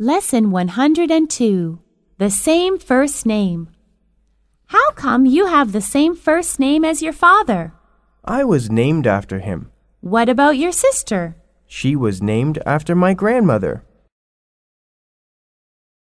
Lesson 102 The Same First Name. How come you have the same first name as your father? I was named after him. What about your sister? She was named after my grandmother.